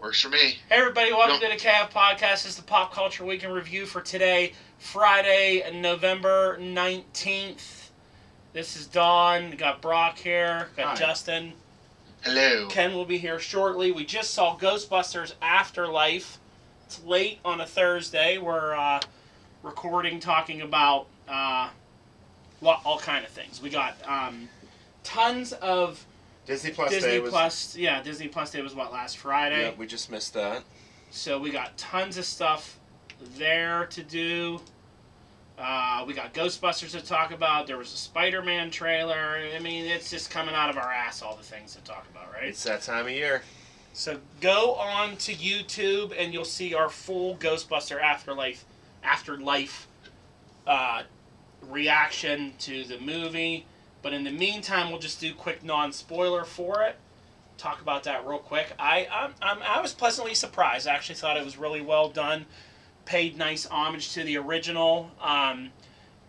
Works for me. Hey everybody, welcome Yep. to the Calf Podcast. This is the Pop Culture Week in Review for today, Friday, November 19th. This is Don. We got Brock here. We got Hi. Justin. Hello. Ken will be here shortly. We just saw Ghostbusters Afterlife. It's late on a Thursday. We're uh, recording, talking about uh, lo- all kind of things. We got um, tons of Disney Plus Day Disney was. Plus. Yeah, Disney Plus Day was what last Friday. Yeah, we just missed that. So we got tons of stuff there to do. Uh, we got Ghostbusters to talk about. There was a Spider-Man trailer. I mean, it's just coming out of our ass all the things to talk about, right? It's that time of year. So go on to YouTube and you'll see our full Ghostbuster Afterlife Afterlife uh, reaction to the movie. But in the meantime, we'll just do quick non-spoiler for it. Talk about that real quick. I I'm, I'm, I was pleasantly surprised. I actually thought it was really well done. Paid nice homage to the original. Um,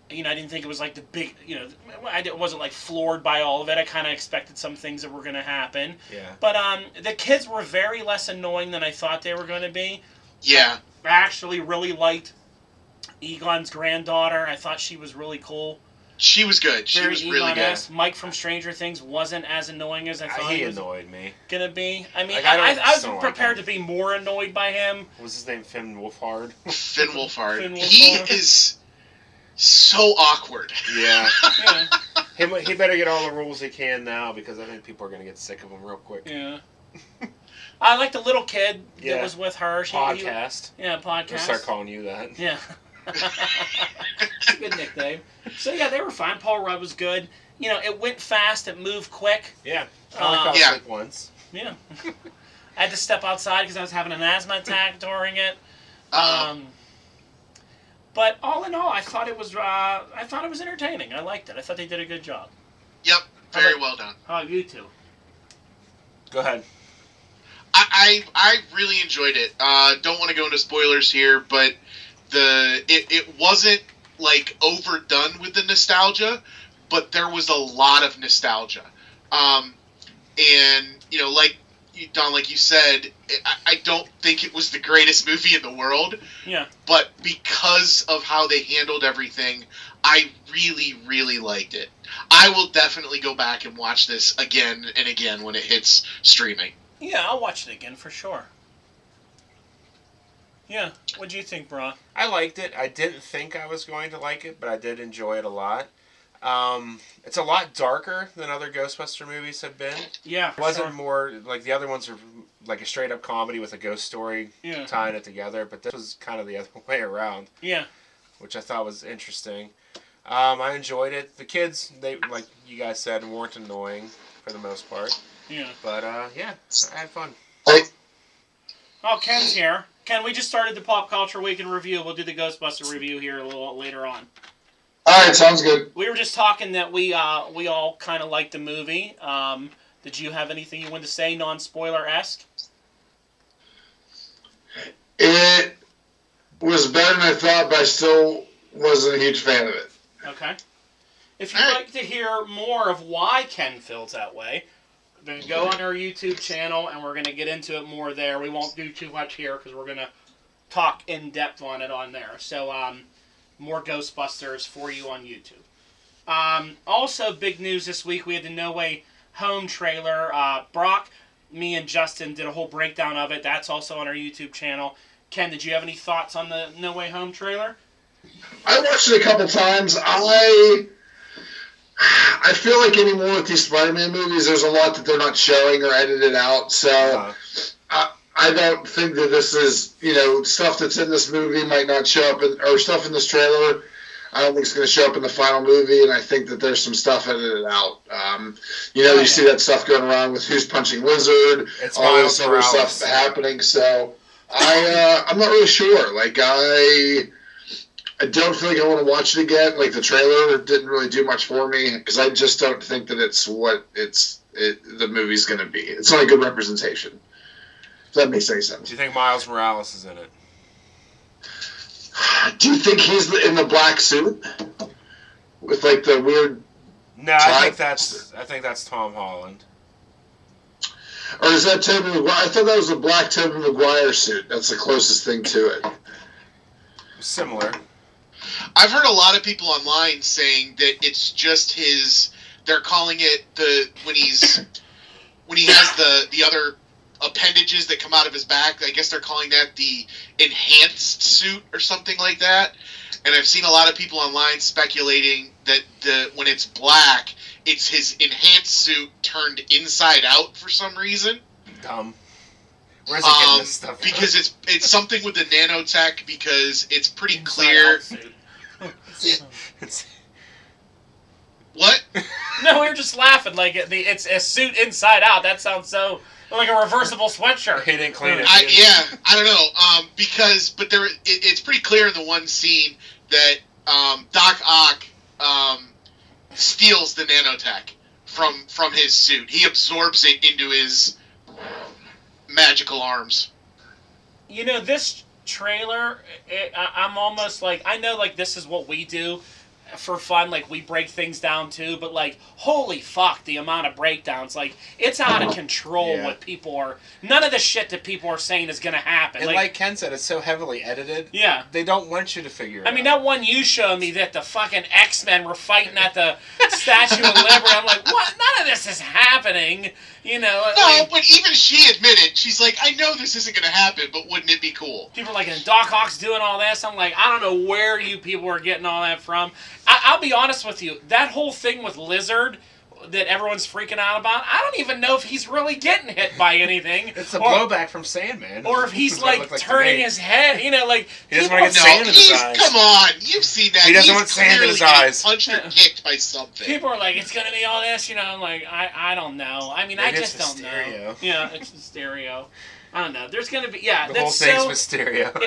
you know, I didn't think it was like the big. You know, I di- wasn't like floored by all of it. I kind of expected some things that were going to happen. Yeah. But um, the kids were very less annoying than I thought they were going to be. Yeah. I actually really liked Egon's granddaughter. I thought she was really cool. She was good. She Very was really good. Egon-esque. Mike from Stranger Things wasn't as annoying as I thought he he was annoyed me. going to be. I mean, Like, I I, don't- I, I was don't like prepared him. to be more annoyed by him. What was his name? Finn Wolfhard. Finn Wolfhard. Finn He Wolfhard. is so awkward. yeah. Yeah, Him, he better get all the rules he can now because I think people are gonna get sick of him real quick. yeah. I like the little kid that Yeah. was with her. She, he- Podcast. yeah, I'm podcast. gonna start calling you that. Yeah. it's a good nickname. So yeah, they were fine. Paul Rudd was good. You know, it went fast. It moved quick. Yeah. I only Uh, fell Yeah. asleep once. Yeah. I had to step outside because I was having an asthma attack during it. Uh, Um, but all in all, I thought it was uh, I thought it was entertaining. I liked it. I thought they did a good job. yep. Very about- well done. How about you two? Go ahead. I, I I really enjoyed it. Uh, don't want to go into spoilers here, but the it, it wasn't like overdone with the nostalgia, but there was a lot of nostalgia. Um, and you know, like you- Don, like you said, I, I don't think it was the greatest movie in the world, Yeah. but because of how they handled everything, I really, really liked it. I will definitely go back and watch this again and again when it hits streaming. Yeah, I'll watch it again for sure. Yeah. What do you think, Bra? I liked it. I didn't think I was going to like it, but I did enjoy it a lot. Um, it's a lot darker than other Ghostbuster movies have been. Yeah. for It wasn't sure. more like the other ones are like a straight up comedy with a ghost story Yeah. tying it together, but this was kind of the other way around, Yeah. which I thought was interesting. Um, I enjoyed it. The kids, they like you guys said, weren't annoying for the most part, Yeah. but uh, yeah, I had fun. Oh, Ken's here. Ken, we just started the Pop Culture Week in review. We'll do the Ghostbuster review here a little later on. All right, sounds good. We were just talking that we uh, we all kind of liked the movie. Um, did you have anything you wanted to say, non spoiler esque? It was better than I thought, but I still wasn't a huge fan of it. Okay. If you'd All right. like to hear more of why Ken feels that way, then go on our YouTube channel and we're going to get into it more there. We won't do too much here because we're going to talk in depth on it on there. So, um, more Ghostbusters for you on YouTube. Um, also, big news this week we had the No Way Home trailer. Uh, Brock, me, and Justin did a whole breakdown of it. That's also on our YouTube channel. Ken, did you have any thoughts on the No Way Home trailer? I watched it a couple times. I I feel like anymore with these Spider-Man movies, there's a lot that they're not showing or edited out. So Uh, I don't think that this is you know stuff that's in this movie might not show up in, or stuff in this trailer. I don't think it's going to show up in the final movie, and I think that there's some stuff edited out. Um, you know, Yeah. you see that stuff going around with who's punching Wizard, it's all Miles this other Morales. stuff happening. So I uh, I'm not really sure. Like I I don't feel like I want to watch it again. Like the trailer didn't really do much for me because I just don't think that it's what it's it, the movie's going to be. It's not a good representation. If that makes any Do sense. you think Miles Morales is in it? Do you think he's in the black suit with like the weird No, I Ty- think that's I think that's Tom Holland. or Or is that Toby Maguire? I thought that was a black Toby Maguire suit. That's the closest thing to it. Similar. I've heard a lot of people online saying that it's just his. They're calling it the when he's when he has the the other appendages that come out of his back. I guess they're calling that the enhanced suit or something like that. And I've seen a lot of people online speculating that the when it's black, it's his enhanced suit turned inside out for some reason. Dumb. Where's he getting Um, this stuff? from? because it's it's something with the nanotech because it's pretty Inside clear. out suit. It's- What? No, we were just laughing. Like it- the, it's a suit inside out. That sounds so like a reversible he sweatshirt. didn't clean it. I, he didn't- yeah, I don't know. Um, because but there, it, it's pretty clear in the one scene that um, Doc Ock um, steals the nanotech from from his suit. He absorbs it into his magical arms. You know this trailer. It, I, I'm almost like I know like this is what we do for fun. Like we break things down too. But like holy fuck, the amount of breakdowns. Like it's out of control. Yeah. What people are none of the shit that people are saying is gonna happen. And Like, like Ken said, it's so heavily edited. yeah. They don't want you to figure it I mean, out. that one you showed me that the fucking X Men were fighting at the Statue of Liberty. I'm like, what? None of this is happening. You know, No, like, but even she admitted she's like, I know this isn't gonna happen, but wouldn't it be cool? people are like, and Doc Ock's doing all this. I'm like, I don't know where you people are getting all that from. I- I'll be honest with you, that whole thing with Lizard that everyone's freaking out about, I don't even know if he's really getting hit by anything. It's a or, blowback from Sandman. Or if he's That's what it like, looked to turning me. his head, you know, like He doesn't people wanna are- get No, Sand in his he's, eyes. come on, you've seen that. He doesn't He's want sand in his clearly getting eyes. Punched or kicked by something. people are like, it's gonna be all this, you know. I'm like, I, I don't know. I mean, I Maybe it's just don't know. Mysterio. Yeah, it's the stereo. I don't know. There's gonna be yeah. The whole that's thing's so, Mysterio.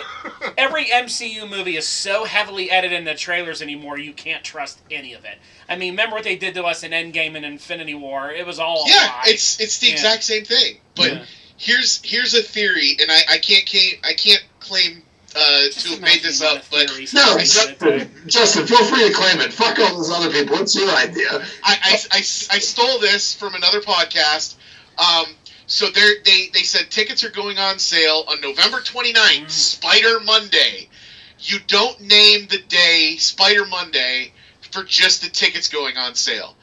every MCU movie is so heavily edited in the trailers anymore. You can't trust any of it. I mean, remember what they did to us in Endgame and Infinity War? It was all a yeah, lie. it's it's the Yeah. exact same thing. But Yeah. here's here's a theory, and I, I can't claim I can't claim uh, Just to have imagine made this the amount up, of but theories No, that Justin- they did. Justin, Justin, feel free to claim it. Fuck all those other people. It's your idea. I, I, I, I stole this from another podcast. Um, so they're, they they said tickets are going on sale on November 29th, Mm. Spider Monday. You don't name the day Spider Monday for just the tickets going on sale.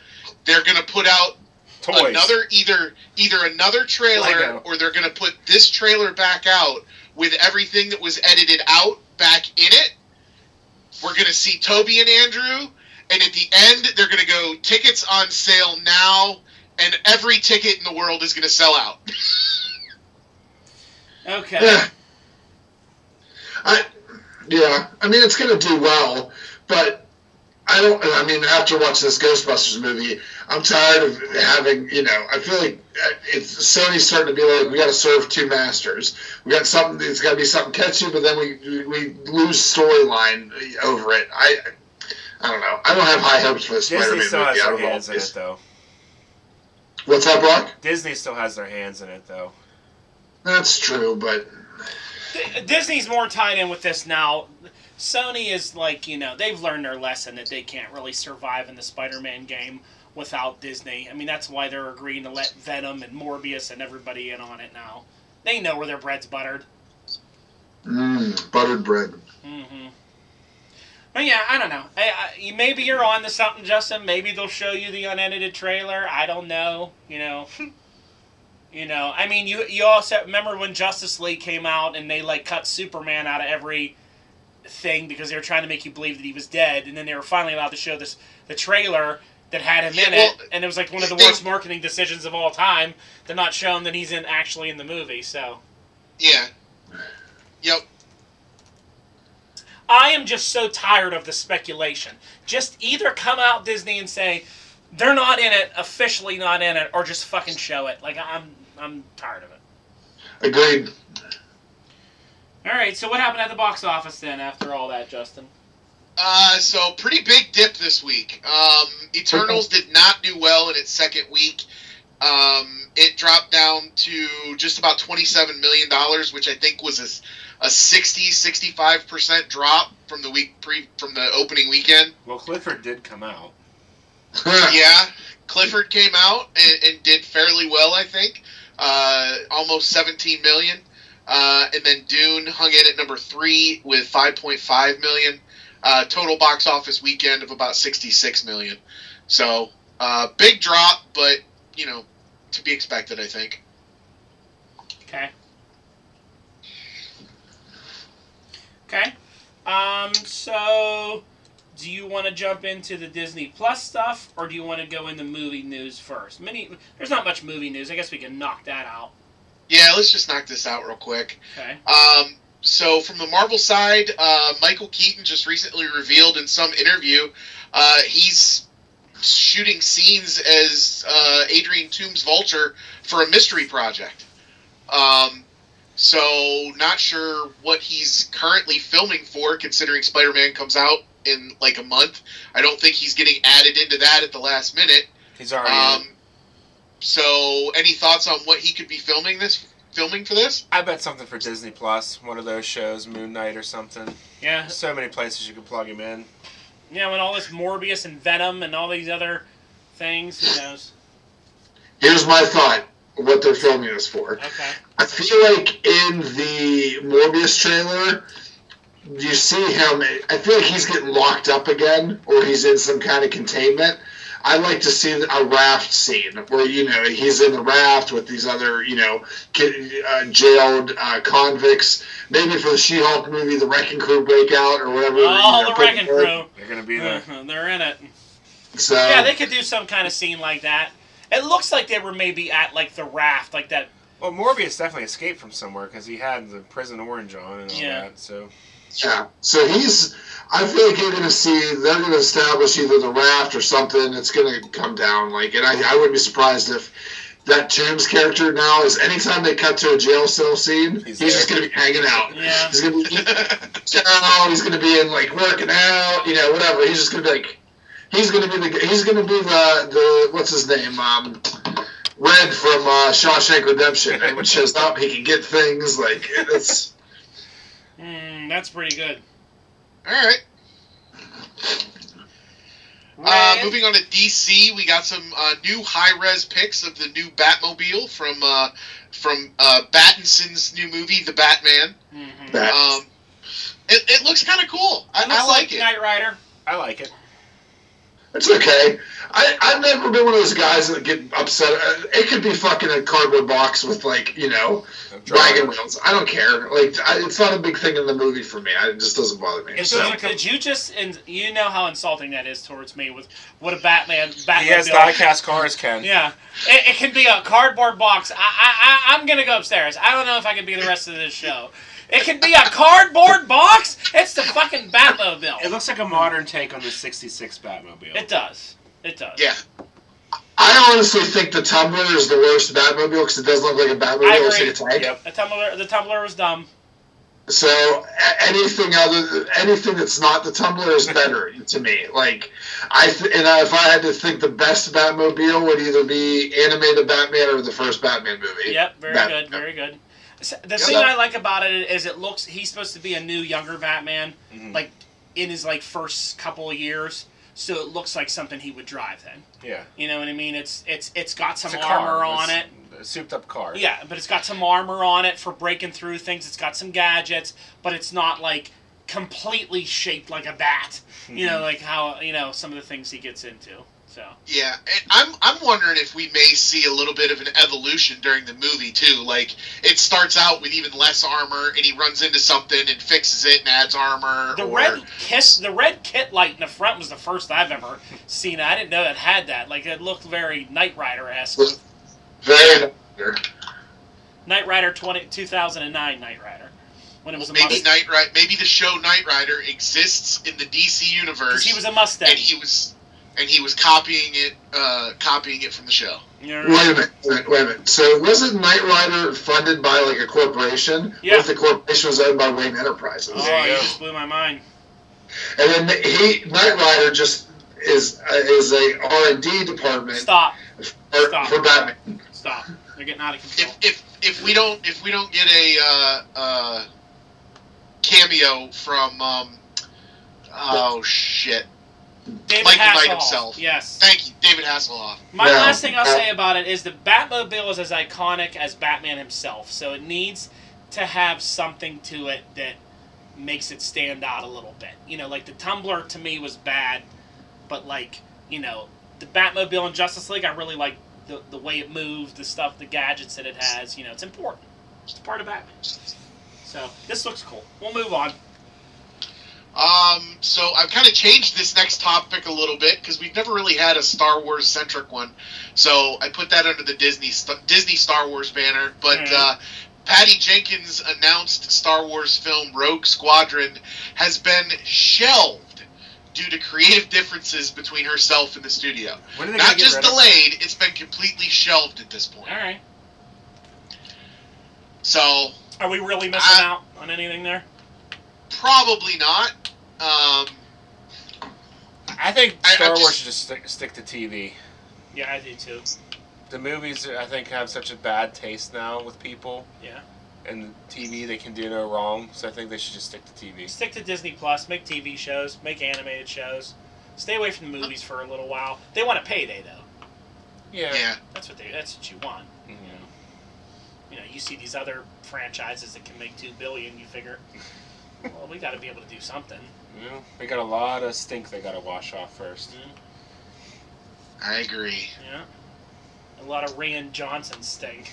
They're gonna put out Toys. another either either another trailer Lego. or they're gonna put this trailer back out with everything that was edited out back in it. We're gonna see Toby and Andrew, and at the end they're gonna go tickets on sale now, and every ticket in the world is gonna sell out. Okay. Yeah. I, yeah. I mean, it's going to do well, but I don't. I mean, after watching this Ghostbusters movie, I'm tired of having. You know, I feel like uh, it's Sony's starting to be like, we got to serve two masters. We got something. It's got to be something catchy, but then we we lose storyline over it. I. I don't know. I don't have high hopes for this Disney Spider-Man still has movie. out their of all hands in it, this. though. What's that, Brock? Disney still has their hands in it, though. That's true, but D- Disney's more tied in with this now. Sony is like, you know, they've learned their lesson that they can't really survive in the Spider Man game without Disney. I mean, that's why they're agreeing to let Venom and Morbius and everybody in on it now. They know where their bread's buttered. mm, buttered bread. Mm-hmm. But yeah, I don't know. I, I, maybe you're on to something, Justin. Maybe they'll show you the unedited trailer. I don't know. You know. you know. I mean, you you also remember when Justice League came out and they like cut Superman out of every thing because they were trying to make you believe that he was dead, and then they were finally allowed to show this the trailer. That had him in Yeah, well, it, and it was like one of the they- worst marketing decisions of all time. They're not showing that he's in actually in the movie, so Yeah. Yep. I am just so tired of the speculation. Just either come out Disney and say they're not in it, officially not in it, or just fucking show it. Like I'm I'm tired of it. Agreed. All right, so what happened at the box office then after all that, Justin? Uh, so pretty big dip this week. Um, Eternals did not do well in its second week. Um, it dropped down to just about $27 million, which I think was a, s- a 60, 65% drop from the week pre, from the opening weekend. Well, Clifford did come out. Yeah. Clifford came out and, and did fairly well, I think. uh, almost 17 million. Uh, and then Dune hung in at number three with 5.5 million. Uh, total box office weekend of about 66 million. So uh, big drop, but you know to be expected. I think. Okay. Okay. Um, so, do you want to jump into the Disney Plus stuff, or do you want to go into movie news first? Many, there's not much movie news. I guess we can knock that out. Yeah, let's just knock this out real quick. Okay. Um, so, from the Marvel side, uh, Michael Keaton just recently revealed in some interview uh, he's shooting scenes as uh, Adrian Toomes Vulture for a mystery project. Um, so, not sure what he's currently filming for, considering Spider Man comes out in like a month. I don't think he's getting added into that at the last minute. He's already. in Um, so, any thoughts on what he could be filming this? Filming for this? I bet something for Disney Plus, one of those shows, Moon Knight or something. Yeah. So many places you could plug him in. You know, and all this Morbius and Venom and all these other things. Who knows? Here's my thought: what they're filming this for. Okay. I feel like in the Morbius trailer, you see him. I feel like he's getting locked up again, or he's in some kind of containment. I like to see a raft scene where you know he's in the raft with these other you know ki- uh, jailed uh, convicts. Maybe for the She-Hulk movie, the Wrecking Crew breakout or whatever. All you know, Oh, the Wrecking put- Crew. They're gonna be there. They're in it. So Yeah, they could do some kind of scene like that. It looks like they were maybe at like the raft, like that. Well, Morbius definitely escaped from somewhere because he had the prison orange on and all Yeah. that. So Yeah. So he's. I feel like you're going to see they're going to establish either the raft or something. It's going to come down. Like, and I, I wouldn't be surprised if that Tombs character now is anytime they cut to a jail cell scene, He's he's, there. just going to be hanging out. Yeah. He's going to be down. He's going to be in like working out. You know, whatever. He's just going to be like. He's going to be the. He's going to be the the what's his name. Um. Red from uh, Shawshank Redemption, and when shows up, he can get things like it's. Mm, that's pretty good. All right. Uh, Red. moving on to DC, we got some uh, new high-res pics of the new Batmobile from uh, from uh, Battinson's new movie, The Batman. Mhm. That. Um, it, it looks kind of cool. I, Looks I like it. Knight Rider. I like it. It's okay. I, I've never been one of those guys that get upset. Uh, It could be fucking a cardboard box with like you know I'm trying. wagon wheels. I don't care. Like I, it's not a big thing in the movie for me. I, it just doesn't bother me. Did It's so you, like a- did you just and you know how insulting that is towards me with what a Batman Batman. He has bill- diecast cars, Ken. Yeah, it, it can be a cardboard box. I, I, I I'm gonna go upstairs. I don't know if I can be the rest of this show. It can be a cardboard box. It's the fucking Batmobile. It looks like a modern take on the '66 Batmobile. It does. It does. Yeah. I honestly think the Tumbler is the worst Batmobile because it doesn't look like a Batmobile. I It's like a agree. tank. Yep. The tumbler. The tumbler was dumb. So a- anything other, anything that's not the Tumbler is better to me. Like I th- and I, if I had to think, the best Batmobile would either be animated Batman or the first Batman movie. Yep, very Bat- good, very good. S- The Yeah. thing I like about it is it looks he's supposed to be a new younger Batman, Mhm. like in his like first couple of years, so it looks like something he would drive then. Yeah. You know what I mean? It's it's it's got some It's a armor car, on it. a souped up car. Yeah, but it's got some armor on it for breaking through things. It's got some gadgets, but it's not like completely shaped like a bat. You know, like how you know some of the things he gets into. So Yeah, and I'm I'm wondering if we may see a little bit of an evolution during the movie too. Like it starts out with even less armor, and he runs into something and fixes it and adds armor. The or, red kiss, the red kit light in the front was the first I've ever seen. I didn't know it had that. Like it looked very Knight Rider esque. Was- Very. nice. Knight Rider 20, 2009 Knight Rider when it was a maybe Mustang. Knight Rider. Maybe the show Knight Rider exists in the DC universe. He was a Mustang. and he was and he was copying it uh, copying it from the show You're right. Wait a minute, wait a minute, wait a minute. So wasn't Knight Rider funded by like a corporation? Yeah. What if the corporation was owned by Wayne Enterprises? Oh, There you you go. just blew my mind. And then he Knight Rider just is uh, is a R and D department Stop, for, stop. for Batman. stop. They're getting out of control. if if if we don't if we don't get a uh, uh, cameo from um, oh shit David Like the Knight Hasselhoff. himself. Yes. Thank you, David Hasselhoff. My No. last thing I'll No. say about it is the Batmobile is as iconic as Batman himself, so it needs to have something to it that makes it stand out a little bit. You know, like the tumbler to me was bad, but like you know the Batmobile in Justice League, I really like the the way it moves, the stuff, the gadgets that it has. You know, it's important. It's part of Batman. So this looks cool. We'll move on. Um, so I've kind of changed this next topic a little bit because we've never really had a Star Wars centric one. So I put that under the Disney st- Disney Star Wars banner. But Mm-hmm. Mhm. uh, Patty Jenkins' announced Star Wars film Rogue Squadron has been shelved due to creative differences between herself and the studio. When are they gonna Not get just rid of- delayed; it's been completely shelved at this point. All right. So Are we really missing I- out on anything there? probably not. Um, I think I- I'm Star Wars just- should just stick, stick to TV. Yeah, I do too. The movies, I think, have such a bad taste now with people, Yeah. and TV they can do no wrong. So I think they should just stick to TV. Stick to Disney Plus, make TV shows, make animated shows. Stay away from the movies for a little while. They want a payday though. Yeah. yeah. That's what they that's what you want. Mhm. You know, you see these other franchises that can make 2 billion, you figure, well, we got to be able to do something. Yeah. They got a lot of stink they got to wash off first. I agree. Mm, Yeah. A lot of Rand Johnson stink.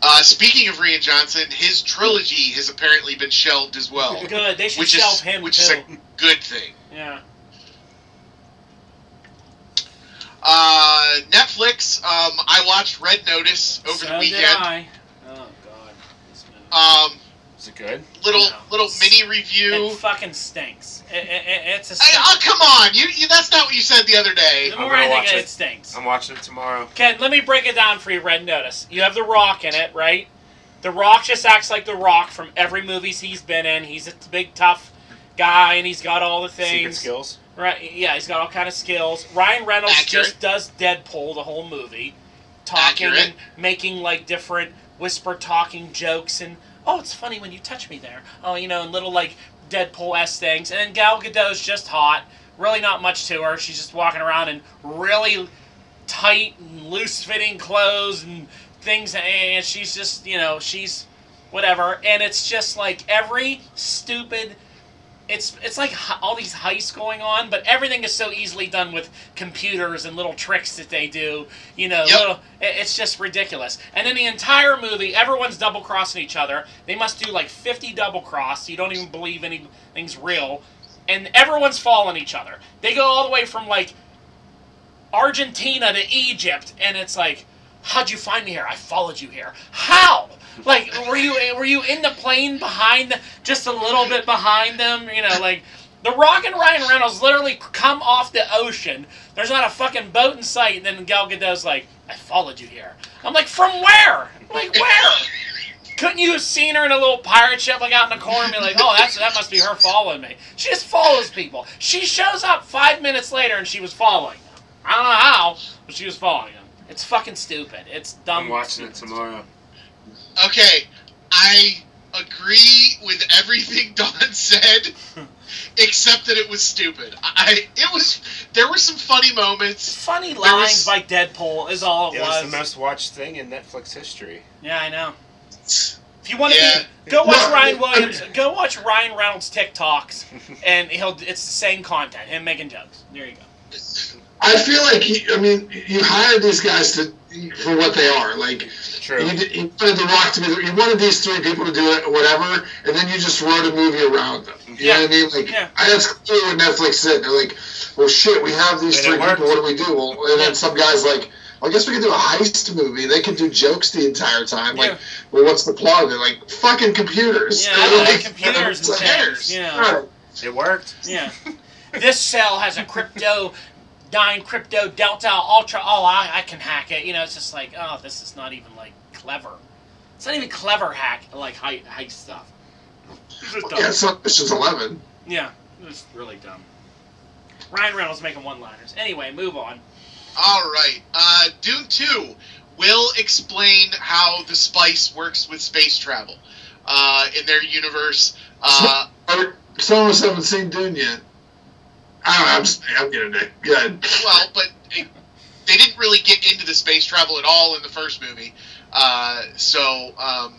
Uh, speaking of Rian Johnson, his trilogy has apparently been shelved as well, Good. They should Oh. which shelve is him which too. is a good thing. yeah. Uh, Netflix. Um, I watched Red Notice over so the Did weekend. I. Oh god. This movie. Um, Is it good? little No. little mini review. it fucking stinks. It, it, it- it's a Hey, stink. oh come on! You, you that's not what you said the other day. the I'm more gonna I think watch it, it. it stinks. I'm watching it tomorrow. Ken, let me break it down for you, Red Notice. You have The Rock in it, right? The Rock just acts like The Rock from every movies he's been in. He's a big, tough guy, and he's got all the Secret things. skills. Right? Yeah, he's got all kind of skills. Ryan Reynolds Accurate. just does Deadpool the whole movie, talking and Accurate. making like different whisper talking jokes, and oh, it's funny when you touch me there. Oh, you know, and little like Deadpool s things. And then Gal Gadot's just hot. Really, not much to her. She's just walking around in really tight and loose fitting clothes and things, and she's just you know she's whatever. And it's just like every stupid it's it's like hi- all these heists going on, but everything is so easily done with computers and little tricks that they do. You know, Yep. little, it- it's just ridiculous. And in the entire movie, everyone's double crossing each other. They must do like fifty double cross. You don't even believe anything's real, and everyone's following each other. They go all the way from like Argentina to Egypt, and it's like, how'd you find me here? I followed you here. How? Like, were you were you in the plane behind, the, just a little bit behind them? You know, like the Rock and Ryan Reynolds literally come off the ocean. There's not a fucking boat in sight, and then Gal Gadot's like, I followed you here. I'm like, from where? I'm like where? Couldn't you have seen her in a little pirate ship, like out in the corner, and be like, "Oh, that's that must be her following me." She just follows people. She shows up five minutes later, and she was following them. I don't know how, but she was following them. It's fucking stupid. It's dumb. I'm watching it stupid. tomorrow. Okay, I agree with everything Don said, except that it was stupid. I it was there were some funny moments. Funny was- lines by Deadpool is all it, It was. was the most watched thing in Netflix history. yeah, I know. If you want to Yeah. be, go watch No. Ryan Williams. Go watch Ryan Reynolds TikToks, and he'll. It's the same content. Him making jokes. There you go. I feel like you, I mean you hired these guys to for what they are. Like True. you, did- you wanted the Rock to be, you wanted these three people to do it, whatever, and then you just wrote a movie around them. You know what I mean? Like Yeah. I, that's clearly what Netflix did. They're like, well, shit, we have these And it three worked. people. What do we do? Well, and then some guys like. Well, I guess we could do a heist movie. They could do jokes the entire time. Like, Yeah. well, what's the plot? They're like, fucking computers. Yeah, I like Like, computers who and things. cares? Yeah. Right. It worked. Yeah. this cell has a crypto nine crypto delta ultra oh I, I can hack it. You know, it's just like, oh, this is not even like clever. It's not even clever hack like high high stuff. It's just dumb. Yeah, so it's just 11. Yeah. It's really dumb. Ryan Reynolds making one liners. Anyway, move on. All right, uh, Dune Two will explain how the spice works with space travel uh, in their universe. Uh, Or- Some of us haven't seen Dune yet. I don't know. I'm, just, I'm getting it. Good. well, but it, they didn't really get into the space travel at all in the first movie. Uh, so, um,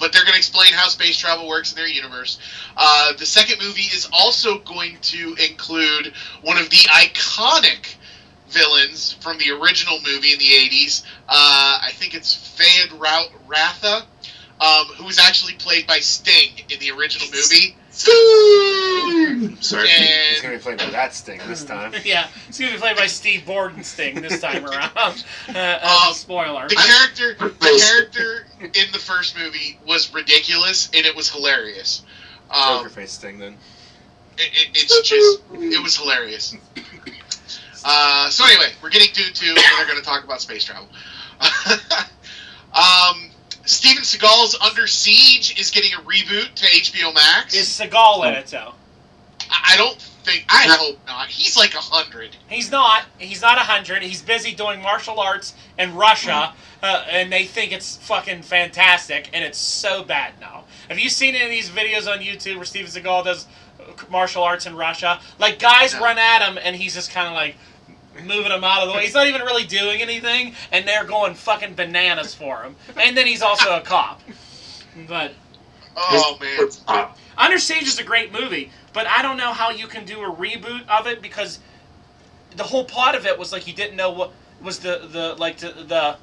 but they're going to explain how space travel works in their universe. Uh, the second movie is also going to include one of the iconic villains from the original movie in the 80s. Uh, I think it's Fayed Ra- Ratha, um, who was actually played by Sting in the original movie. Sting! Sorry. It's And gonna be played by that Sting this time. yeah, it's gonna be played by Steve Bordensting this time around. Uh, as Um, a spoiler. the character, the Please. character in the first movie was ridiculous, and it was hilarious. Um, Poker face Sting then. it, it, it's just it was hilarious. Uh, so anyway, we're getting Dune two, and they're going to talk about space travel. um, Steven Seagal's Under Siege is getting a reboot to HBO Max. Is Seagal in it though? I I don't think. I hope not. He's like a hundred. He's not. He's not a hundred. He's busy doing martial arts in Russia, uh, and they think it's fucking fantastic, and it's so bad now. Have you seen any of these videos on YouTube where Steven Seagal does uh, martial arts in Russia? Like guys No. run at him, and he's just kind of like moving him out of the way. He's not even really doing anything, and they're going fucking bananas for him. And then he's also a cop. But Oh man. Uh, Under Siege is a great movie, but I don't know how you can do a reboot of it because the whole plot of it was like you didn't know what was the the like the the,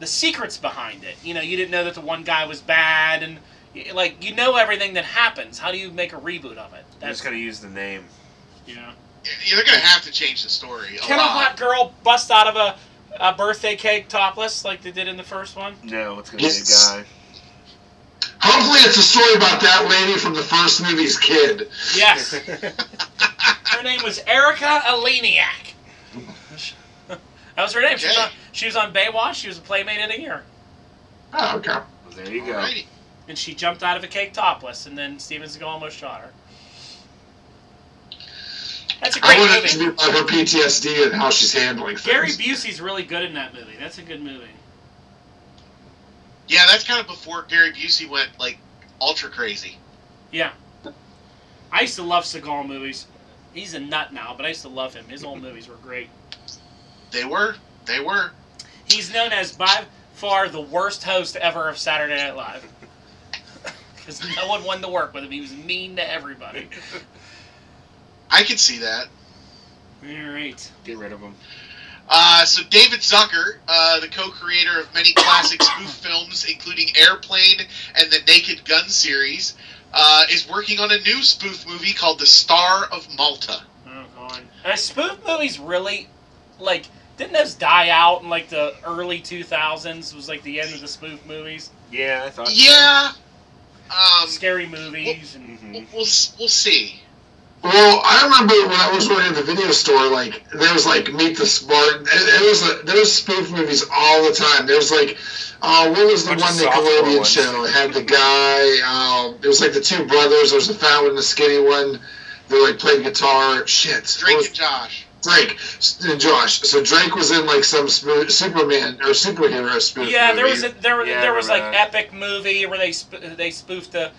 the secrets behind it. You know, you didn't know that the one guy was bad and y- like you know everything that happens. How do you make a reboot of it? I'm just That's gonna use the name. yeah. They're going to have to change the story. A Can a lot. hot girl bust out of a, a birthday cake topless like they did in the first one? No, it's gonna be Yes. a guy. hopefully, it's a story about that lady from the first movie's kid. Yes. Her name was Erica Aleniak. That was her name. She was, on, Okay. she was on Baywatch. She was a Playmate of the Year. Oh, okay. there you go. Alrighty. And she jumped out of a cake topless, and then Steven Seagal almost shot her. That's a I great wanted it to movie. be about her PTSD and how she's handling things. Gary Busey's really good in that movie. That's a good movie. Yeah, that's kind of before Gary Busey went like ultra crazy. Yeah. I used to love Seagal movies. He's a nut now, but I used to love him. His old movies were great. They were. They were. He's known as by far the worst host ever of Saturday Night Live. Because no one wanted to work with him. He was mean to everybody. I can see that. All right. Get rid of him. Uh, so David Zucker, uh, the co-creator of many classic spoof films, including Airplane and the Naked Gun series, uh, is working on a new spoof movie called The Star of Malta. Oh, God. And spoof movies really, like, didn't those die out in, like, the early 2000s? Was, like, the end of the spoof movies? Yeah, I thought. so. Yeah. Um, Scary movies and. we'll, Mhm. we'll s- we'll see. Well, I remember when I was working at the video store, like there was like Meet the Spartan. and It, was like, there was spoof movies all the time. There was like, uh, what was the Bunch one of softcore Nickelodeon ones. show? It had the guy. Um, there was like the two brothers. There was the fat one, and the skinny one. They like played guitar. Shit, Drake what was- and Josh. Drake S- and Josh. So Drake was in like some spoo- Superman or superhero spoof. Yeah, there was movie. a, there Yeah, I there was like remember that. epic movie where they sp- they spoofed the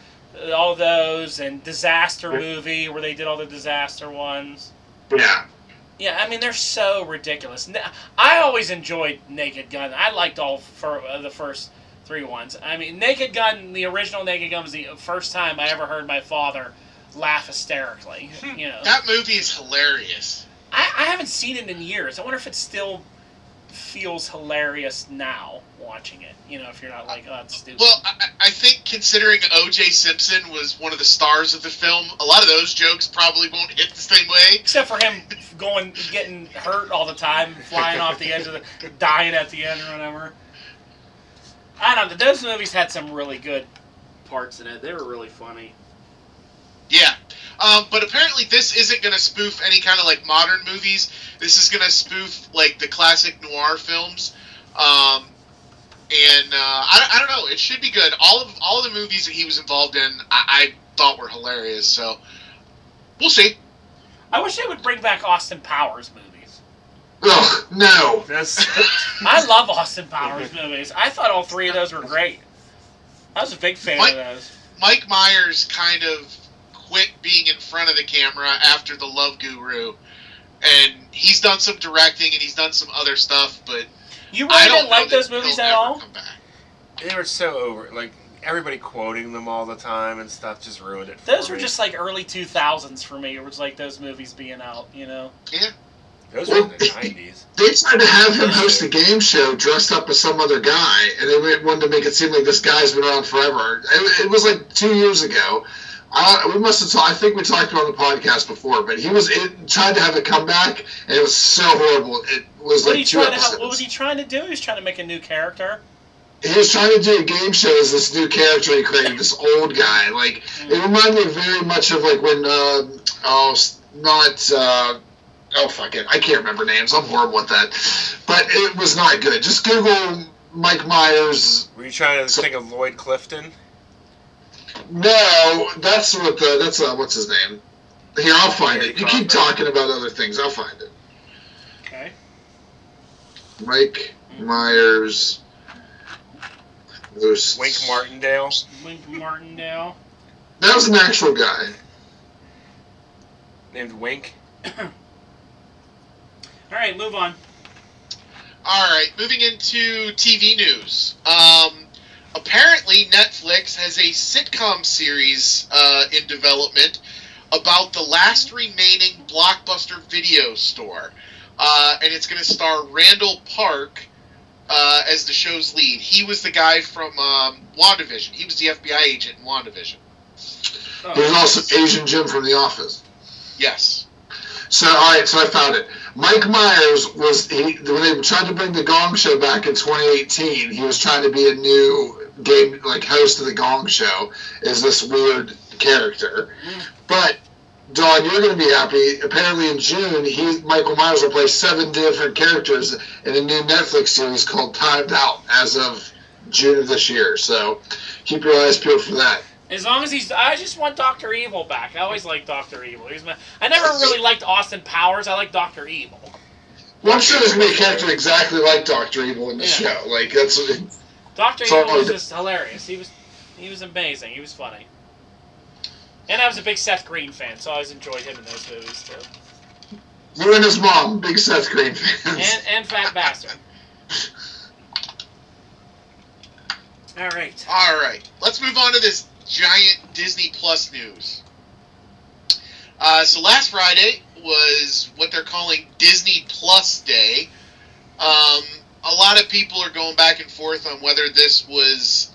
uh, all those and disaster Yeah. movie where they did all the disaster ones. yeah. Yeah, I mean they're so ridiculous. N- I always enjoyed Naked Gun. I liked all for uh, the first three ones. I mean Naked Gun, the original Naked Gun was the first time I ever heard my father laugh hysterically. You know, That movie is hilarious. I, I haven't seen it in years. I wonder if it still feels hilarious now watching it. You know, if you're not like, oh, that's stupid. Well, I, I- I think considering O.J. Simpson was one of the stars of the film, a lot of those jokes probably won't hit the same way. Except for him going, getting hurt all the time, flying off the edge of the, dying at the end or whatever. I don't know. Those movies had some really good parts in it. They were really funny. Yeah. Um, but apparently, this isn't going to spoof any kind of like modern movies. This is going to spoof like the classic noir films. Um, and uh, I, I don't know. It should be good. All of all the movies that he was involved in, I, I thought were hilarious. So we'll see. I wish they would bring back Austin Powers movies. Ugh, no. That's I love Austin Powers movies. I thought all three of those were great. I was a big fan Mike- of those. Mike Myers kind of quit being in front of the camera after the Love Guru, and he's done some directing and he's done some other stuff, but You I really don't didn't know like that those movies he'll at ever all? Come back. They were so over. Like everybody quoting them all the time and stuff just ruined it. For Those were me. just like early 2000s for me. It was like those movies being out, you know? those were in the nineties. They tried to have him host a game show dressed up as some other guy, and they made- wanted to make it seem like this guy's been around forever. It, it was like two years ago. I, we must have talked. I think we talked about it on the podcast before, but he was it, tried to have a comeback, and it was so horrible. It was What, like he two trying to episodes. help, what was he trying to do? He was trying to make a new character. he was trying to do a game show as this new character he created, this old guy. Like it reminded me very much of like when uh, oh s- not uh, oh fucking I can't remember names. I'm horrible at that, but it was not good. Just Google Mike Myers. Were you trying to So- think of Lloyd Clifton? No, that's what the that's uh, what's his name. Here, I'll find it. You keep talking about other things. I'll find it. Okay. Mike Myers. Hosts. Wink Martindale. Wink Martindale. That was an actual guy. named Wink. All right, move on. All right, moving into TV news. Um, apparently, Netflix has a sitcom series uh, in development about the last remaining blockbuster video store, uh, and it's going to star Randall Park uh, as the show's lead. He was the guy from um, WandaVision. He was the FBI agent in WandaVision. There's Oh, also Asian Jim from The Office. Yes. So all right, so I found it. Mike Myers was he when they tried to bring the Gong Show back in 2018. He was trying to be a new game like host of the Gong Show is this weird character, but. Don, you're going to be happy. Apparently, in June, he Michael Myers will play seven different characters in a new Netflix series called Timed Out as of June of this year. So, keep your eyes peeled for that. as long as he's, I just want Doctor Evil back. I always liked Doctor Evil. He's my, I never really liked Austin Powers. I like Doctor Evil. Well, I'm sure there's going to be a character exactly like Doctor Evil in the Yeah. show. Like that's Doctor So- Evil was just hilarious. He was, he was amazing. He was funny. And I was a big Seth Green fan, so I always enjoyed him in those movies too. You and his mom, big Seth Green fans. and, and fat bastard. All right. All right, let's move on to this giant Disney Plus news. Uh, so last Friday was what they're calling Disney Plus Day. Um, a lot of people are going back and forth on whether this was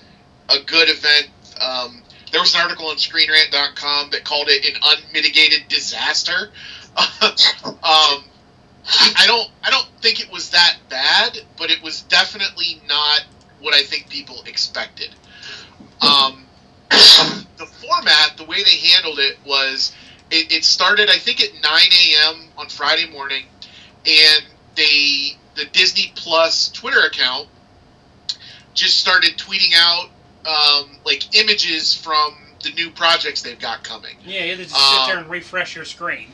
a good event. Um, there was an article on ScreenRant.com that called it an unmitigated disaster. um, I don't, I don't think it was that bad, but it was definitely not what I think people expected. Um, the format, the way they handled it was it, it started, I think, at 9 a.m. on Friday morning, and they the Disney Plus Twitter account just started tweeting out um, like images from the new projects they've got coming. Yeah, you had to just Um, sit there and refresh your screen.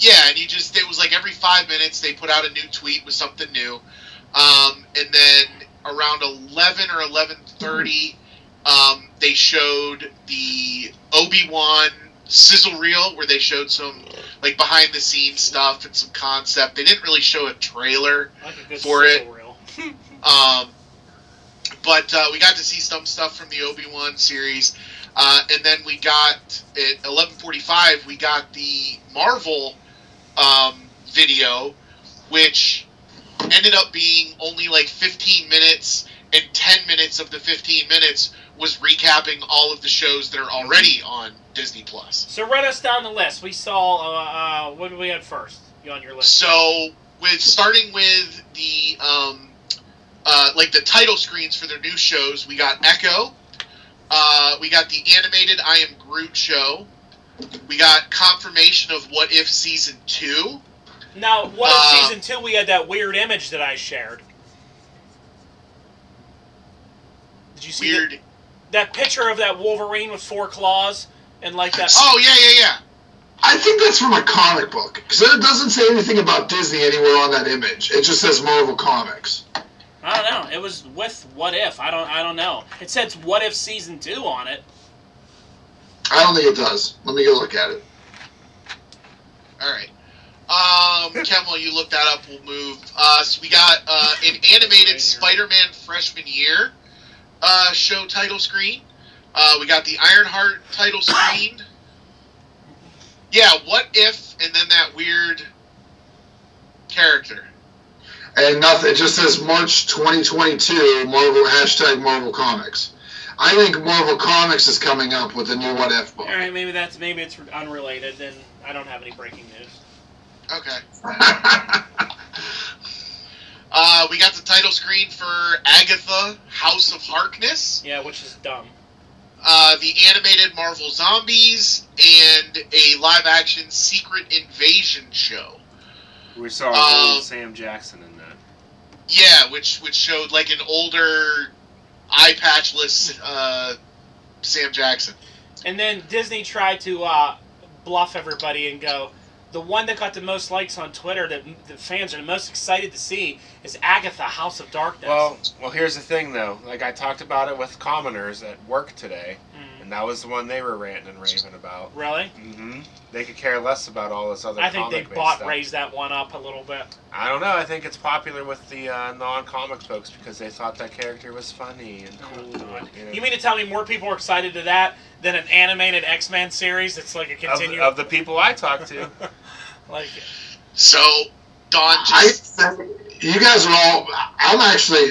Yeah, and you just it was like every five minutes they put out a new tweet with something new, um, and then around eleven or eleven thirty, um, they showed the Obi Wan sizzle reel where they showed some like behind the scenes stuff and some concept. They didn't really show a trailer. Like a good for sizzle reel. Um, but uh, we got to see some stuff from the Obi Wan series, uh, and then we got at eleven forty five. We got the Marvel um, video, which ended up being only like fifteen minutes, and ten minutes of the fifteen minutes was recapping all of the shows that are already on Disney Plus. So run us down the list. We saw uh, uh, what did we have first? You on your list? So with starting with the um, uh, like the title screens for their new shows, we got Echo, uh, we got the animated I Am Groot show, we got confirmation of What If season two. Now, what Uh, if season two we had that weird image that I shared? Did you see Weird. That, that picture of that Wolverine with four claws and like that? Oh yeah yeah yeah. I think that's from a comic book because it doesn't say anything about Disney anywhere on that image. It just says Marvel Comics. I don't know. It was with what if? I don't. I don't know. It says what if season two on it. I don't think it does. Let me go look at it. All right. Um, Kemal, you look that up. We'll move. Uh, so we got uh, an animated Spider-Man freshman year uh, show title screen. Uh, we got the Ironheart title screen. Yeah, what if, and then that weird character. And nothing. It just says March 2022 Marvel hashtag Marvel Comics. I think Marvel Comics is coming up with a new What If book. All right, maybe that's maybe it's unrelated. Then I don't have any breaking news. Okay. Uh, we got the title screen for Agatha, House of Harkness, Yeah, which is dumb. uh, the animated Marvel Zombies, and a live-action Secret Invasion show. We saw Uh, Um, old Sam Jackson in that. Yeah, which which showed like an older, eye patchless uh, Sam Jackson. And then Disney tried to uh, bluff everybody and go, the one that got the most likes on Twitter that m- the fans are the most excited to see is Agatha, House of Darkness. Well, well, here's the thing though. Like I talked about it with commoners at work today, Mm. and that was the one they were ranting and raving about. really? hmm They could care less about all this other. I think they comic-based bought stuff. raised that one up a little bit. I don't know. I think it's popular with the uh, non-comic folks because they thought that character was funny and cool. Oh, you know. You mean to tell me more people are excited to that than an animated X Men series that's like a of, continuum? of the people I talked to? like, So Don I, just you guys are all. I'm actually.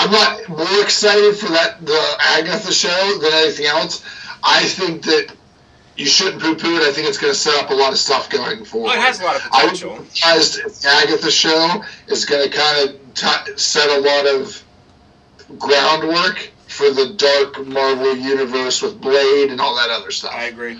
I'm not more excited for that the Agatha show than anything else. I think that you shouldn't poo-poo it. I think it's going to set up a lot of stuff going forward. Well, it has a lot of I was potential. surprised if the Agatha show is going to kind of t- set a lot of groundwork for the dark Marvel universe with Blade and all that other stuff. I agree.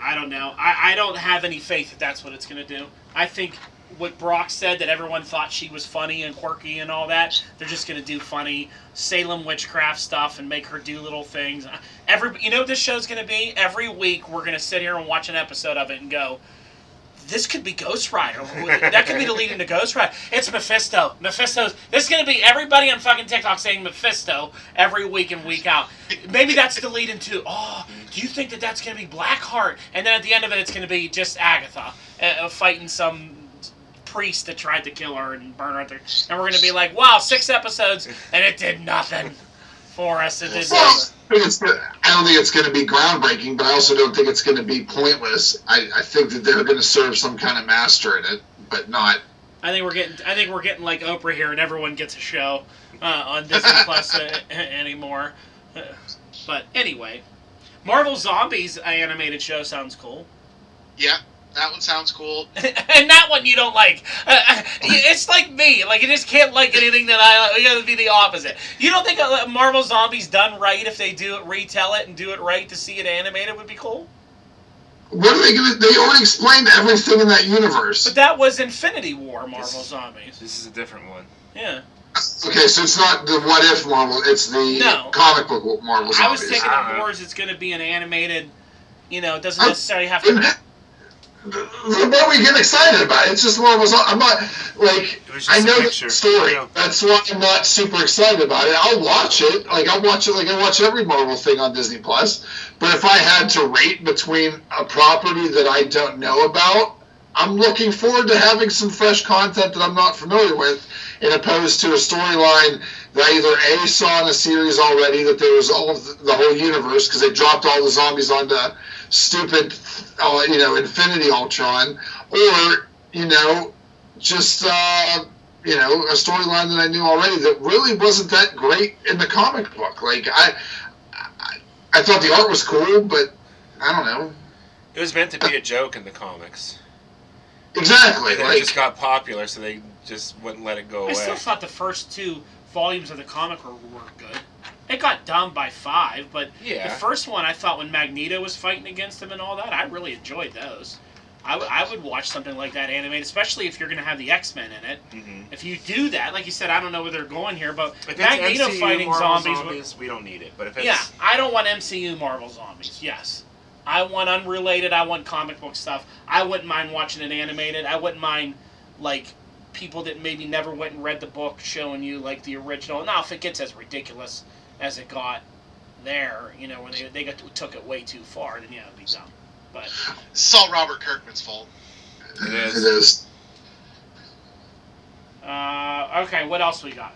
I don't know. I, I don't have any faith that that's what it's going to do. I think what Brock said that everyone thought she was funny and quirky and all that, they're just going to do funny Salem witchcraft stuff and make her do little things. Every you know what this show's going to be? Every week we're going to sit here and watch an episode of it and go this could be Ghost Rider. That could be the lead into Ghost Rider. It's Mephisto. Mephisto's. This is going to be everybody on fucking TikTok saying Mephisto every week and week out. Maybe that's the lead into. Oh, do you think that that's going to be Blackheart? And then at the end of it, it's going to be just Agatha uh, fighting some priest that tried to kill her and burn her. at the- And we're going to be like, wow, six episodes, and it did nothing for us. It did Well, nothing. I think it's gonna- I don't think it's going to be groundbreaking, but I also don't think it's going to be pointless. I, I think that they're going to serve some kind of master in it, but not. I think we're getting. I think we're getting like Oprah here, and everyone gets a show uh, on Disney Plus uh, anymore. Uh, But anyway, Marvel Zombies animated show sounds cool, yeah, that one sounds cool. and that one you don't like. Uh, uh, it's like me. Like you just can't like anything that I. like. We gotta be the opposite. You don't think uh, Marvel Zombies done right if they do it, retell it, and do it right to see it animated would be cool? What are they going to? They already explained everything in that But universe. that was Infinity War Marvel This- Zombies. This is a different one. Yeah. Okay, so it's not the what if Marvel; it's the No. comic book Marvel. I was zombies. thinking I don't of know. more as it's gonna be an animated. You know, it doesn't I'm- necessarily have to. the the more we get excited about it, it's just Marvel. Zo- I'm not like It was just I a know the picture. story. Yeah. That's why I'm not super excited about it. I'll watch it. Like I'll watch it. Like I watch every Marvel thing on Disney Plus. But if I had to rate between a property that I don't know about, I'm looking forward to having some fresh content that I'm not familiar with, in opposed to a storyline that I either a saw in a series already that they resolved the whole universe because they dropped all the zombies onto stupid, uh, you know, Infinity Ultron, or you know, just uh, you know, a storyline that I knew already that really wasn't that great in the comic book. Like I, I, I thought the art was cool, but I don't know It was meant to be a joke in the comics. exactly. And then it Like just got popular, so they just wouldn't let it go I away. still thought the first two volumes of the comic were, were good. It got dumb by five, but the yeah. first one I thought when Magneto was fighting against him and all that, I really enjoyed those. I, w- I would watch something like that animated, especially if you're going to have the X Men in it. Mm-hmm. If you do that, like you said, I don't know where they're going here, but If it's Magneto MCU fighting Marvel zombies. would- we don't need it. But if it's yeah, I don't want MCU Marvel zombies. Yes, I want unrelated. I want comic book stuff. I wouldn't mind watching it animated. I wouldn't mind like people that maybe never went and read the book showing you like the original. Now, if it gets as ridiculous as it got, there, you know, where they they got took it way too far, then yeah, it'd be dumb. But It's all Robert Kirkman's fault. It is. It is. uh, okay, what else we got?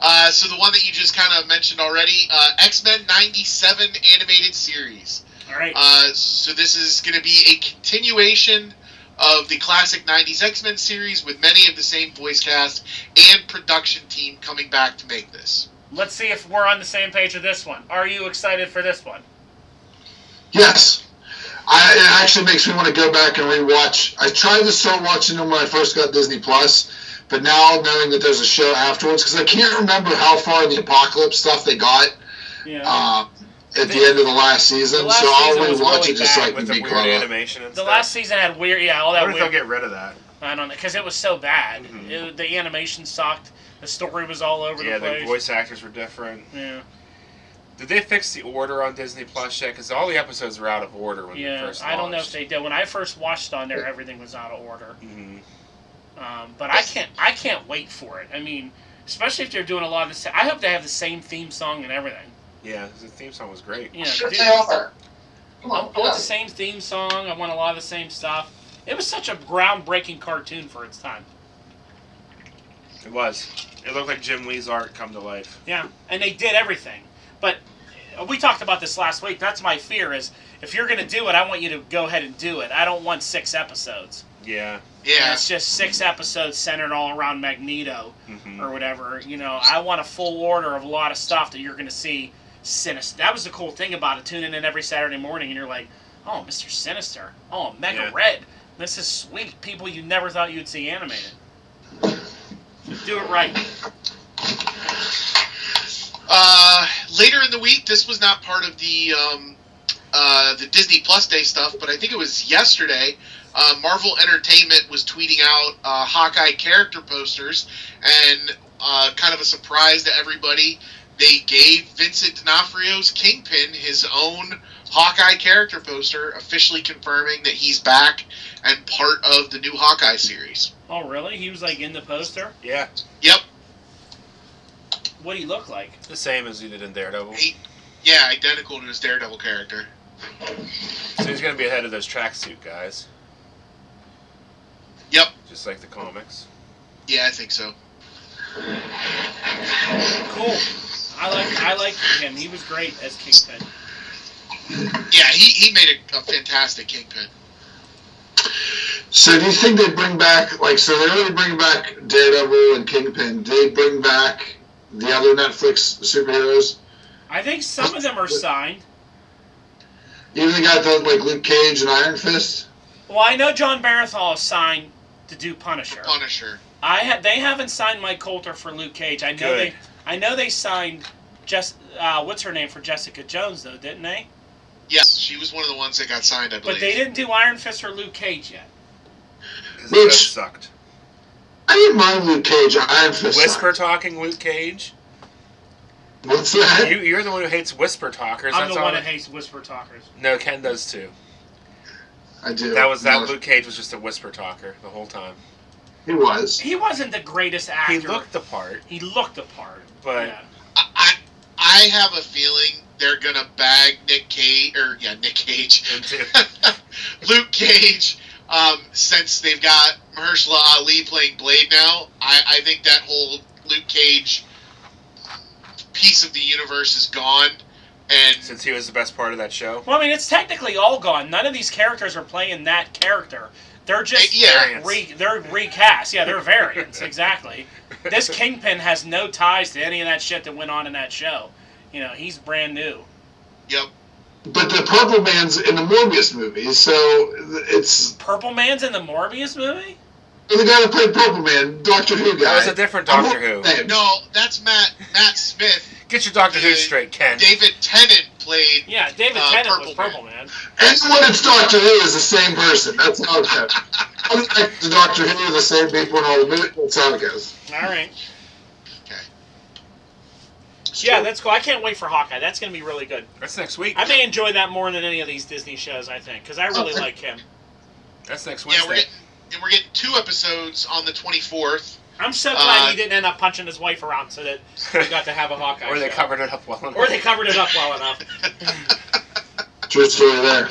Uh, so the one that you just kind of mentioned already, uh, X Men '97 animated series. All right, Uh, so this is going to be a continuation of the classic 90s X-Men series with many of the same voice cast and production team coming back to make this. let's see if we're on the same page with this one. Are you excited for this one? Yes. I, it actually makes me want to go back and rewatch. I tried to start watching them when I first got Disney Plus, but now knowing that there's a show afterwards, because I can't remember how far the apocalypse stuff they got Yeah. uh, at the end of the last season. The last so I'll season was rewatch really it just so I bad can With the be weird caught up. animation and the stuff. last season had weird, yeah, all that I wonder if weird. they'll get rid of that. I don't know, because it was so bad. Mhm. It- the animation sucked. The story was all over Yeah, the place. the voice actors were different. yeah, Did they fix the order on Disney Plus yet? Because all the episodes were out of order when they yeah. first I don't know if launched. they did. When I first watched on there, everything was out of order. Mhm. Um, but I can't, I can't wait for it. I mean, especially if they're doing a lot of the. sa- I hope they have the same theme song and everything. Yeah, the theme song was great. You know, Sure do- they are. Come I, on, I want the same theme song. I want a lot of the same stuff. It was such a groundbreaking cartoon for its time. It was. It looked like Jim Lee's art come to life. Yeah, and they did everything. But uh, we talked about this last week. That's my fear is if you're going to do it, I want you to go ahead and do it. I don't want six episodes. Yeah. And Yeah, it's just six episodes centered all around Magneto hmm or whatever. You know, I want a full order of a lot of stuff that you're going to see sinister. That was the cool thing about it. Tuning in every Saturday morning and you're like, oh, Mr. Sinister. Oh, Mega Yeah. Red. This is sweet. People you never thought you'd see animated. So do it right. Uh, later in the week, this was not part of the um, uh, the Disney Plus Day stuff, but I think it was yesterday. Uh, Marvel Entertainment was tweeting out uh, Hawkeye character posters, and uh, kind of a surprise to everybody, they gave Vincent D'Onofrio's Kingpin his own Hawkeye character poster, officially confirming that he's back and part of the new Hawkeye series. Oh, really? He was like in the poster? Yeah. Yep, What do he look like? The same as he did in Daredevil. he, yeah, identical to his Daredevil character. So he's going to be ahead of those tracksuit guys. Yep. Just like the comics. Yeah, I think so. Cool. I like I liked him. He was great as Kingpin. Yeah, he, he made a, a fantastic kingpin. So do you think they bring back like so they already bring back Daredevil and Kingpin? Do they bring back the other Netflix superheroes? I think some of them are signed. Even the guy that like Luke Cage and Iron Fist? Well, I know John Barathol is signed to do Punisher. Punisher. I ha- they haven't signed Mike Coulter for Luke Cage. I know Good. they I know they signed just uh, what's her name for Jessica Jones though, didn't they? Yes, she was one of the ones that got signed, I believe. But they didn't do Iron Fist or Luke Cage yet. 'Cause Which- that sucked. I didn't mind Luke Cage and Iron Fist. Whisper talking Luke Cage? What's that? You, you're the one who hates whisper talkers. I'm That's the all one that that- hates whisper talkers. No, Ken does too. I do. That was that. No, Luke Cage was just a whisper talker the whole time. He was. He wasn't the greatest actor. He looked the part, he looked the part. but yeah. I, I I have a feeling they're gonna bag Nick Cage or yeah Nick Cage, into, Luke Cage. Um, since they've got Mahershala Ali playing Blade now, I, I think that whole Luke Cage piece of the universe is gone, and since he was the best part of that show. Well, I mean, it's technically all gone. None of these characters are playing that character. They're just Yeah. Variants. re, they're recast. Yeah, they're variants exactly. This Kingpin has no ties to any of that shit that went on in that show. You know, he's brand new. yep, But the Purple Man's in the Morbius movie, so it's Purple Man's in the Morbius movie. the guy that played Purple Man, Doctor Who guy. That was a different Doctor Who. no, that's Matt Matt Smith. Get your Doctor Who Dude, straight, Ken. David Tennant played Yeah, David Uh, Tennant was Purple Purple Man. Anyone that's Doctor Who is the same person. That's how it goes. All the actors in Doctor Who are the same people in all the movies. That's how it goes. All right. Okay. Yeah, that's cool. I can't wait for Hawkeye. That's gonna be really good. That's next week. I may enjoy that more than any of these Disney shows. I think because I really Okay. like him. That's next Yeah, we're Wednesday. getting, and we're getting two episodes on the 24th. All I'm so glad Uh, he didn't end up punching his wife around so that we got to have a Hawkeye. or they show. covered it up well enough. Or they covered it up well enough. True story there.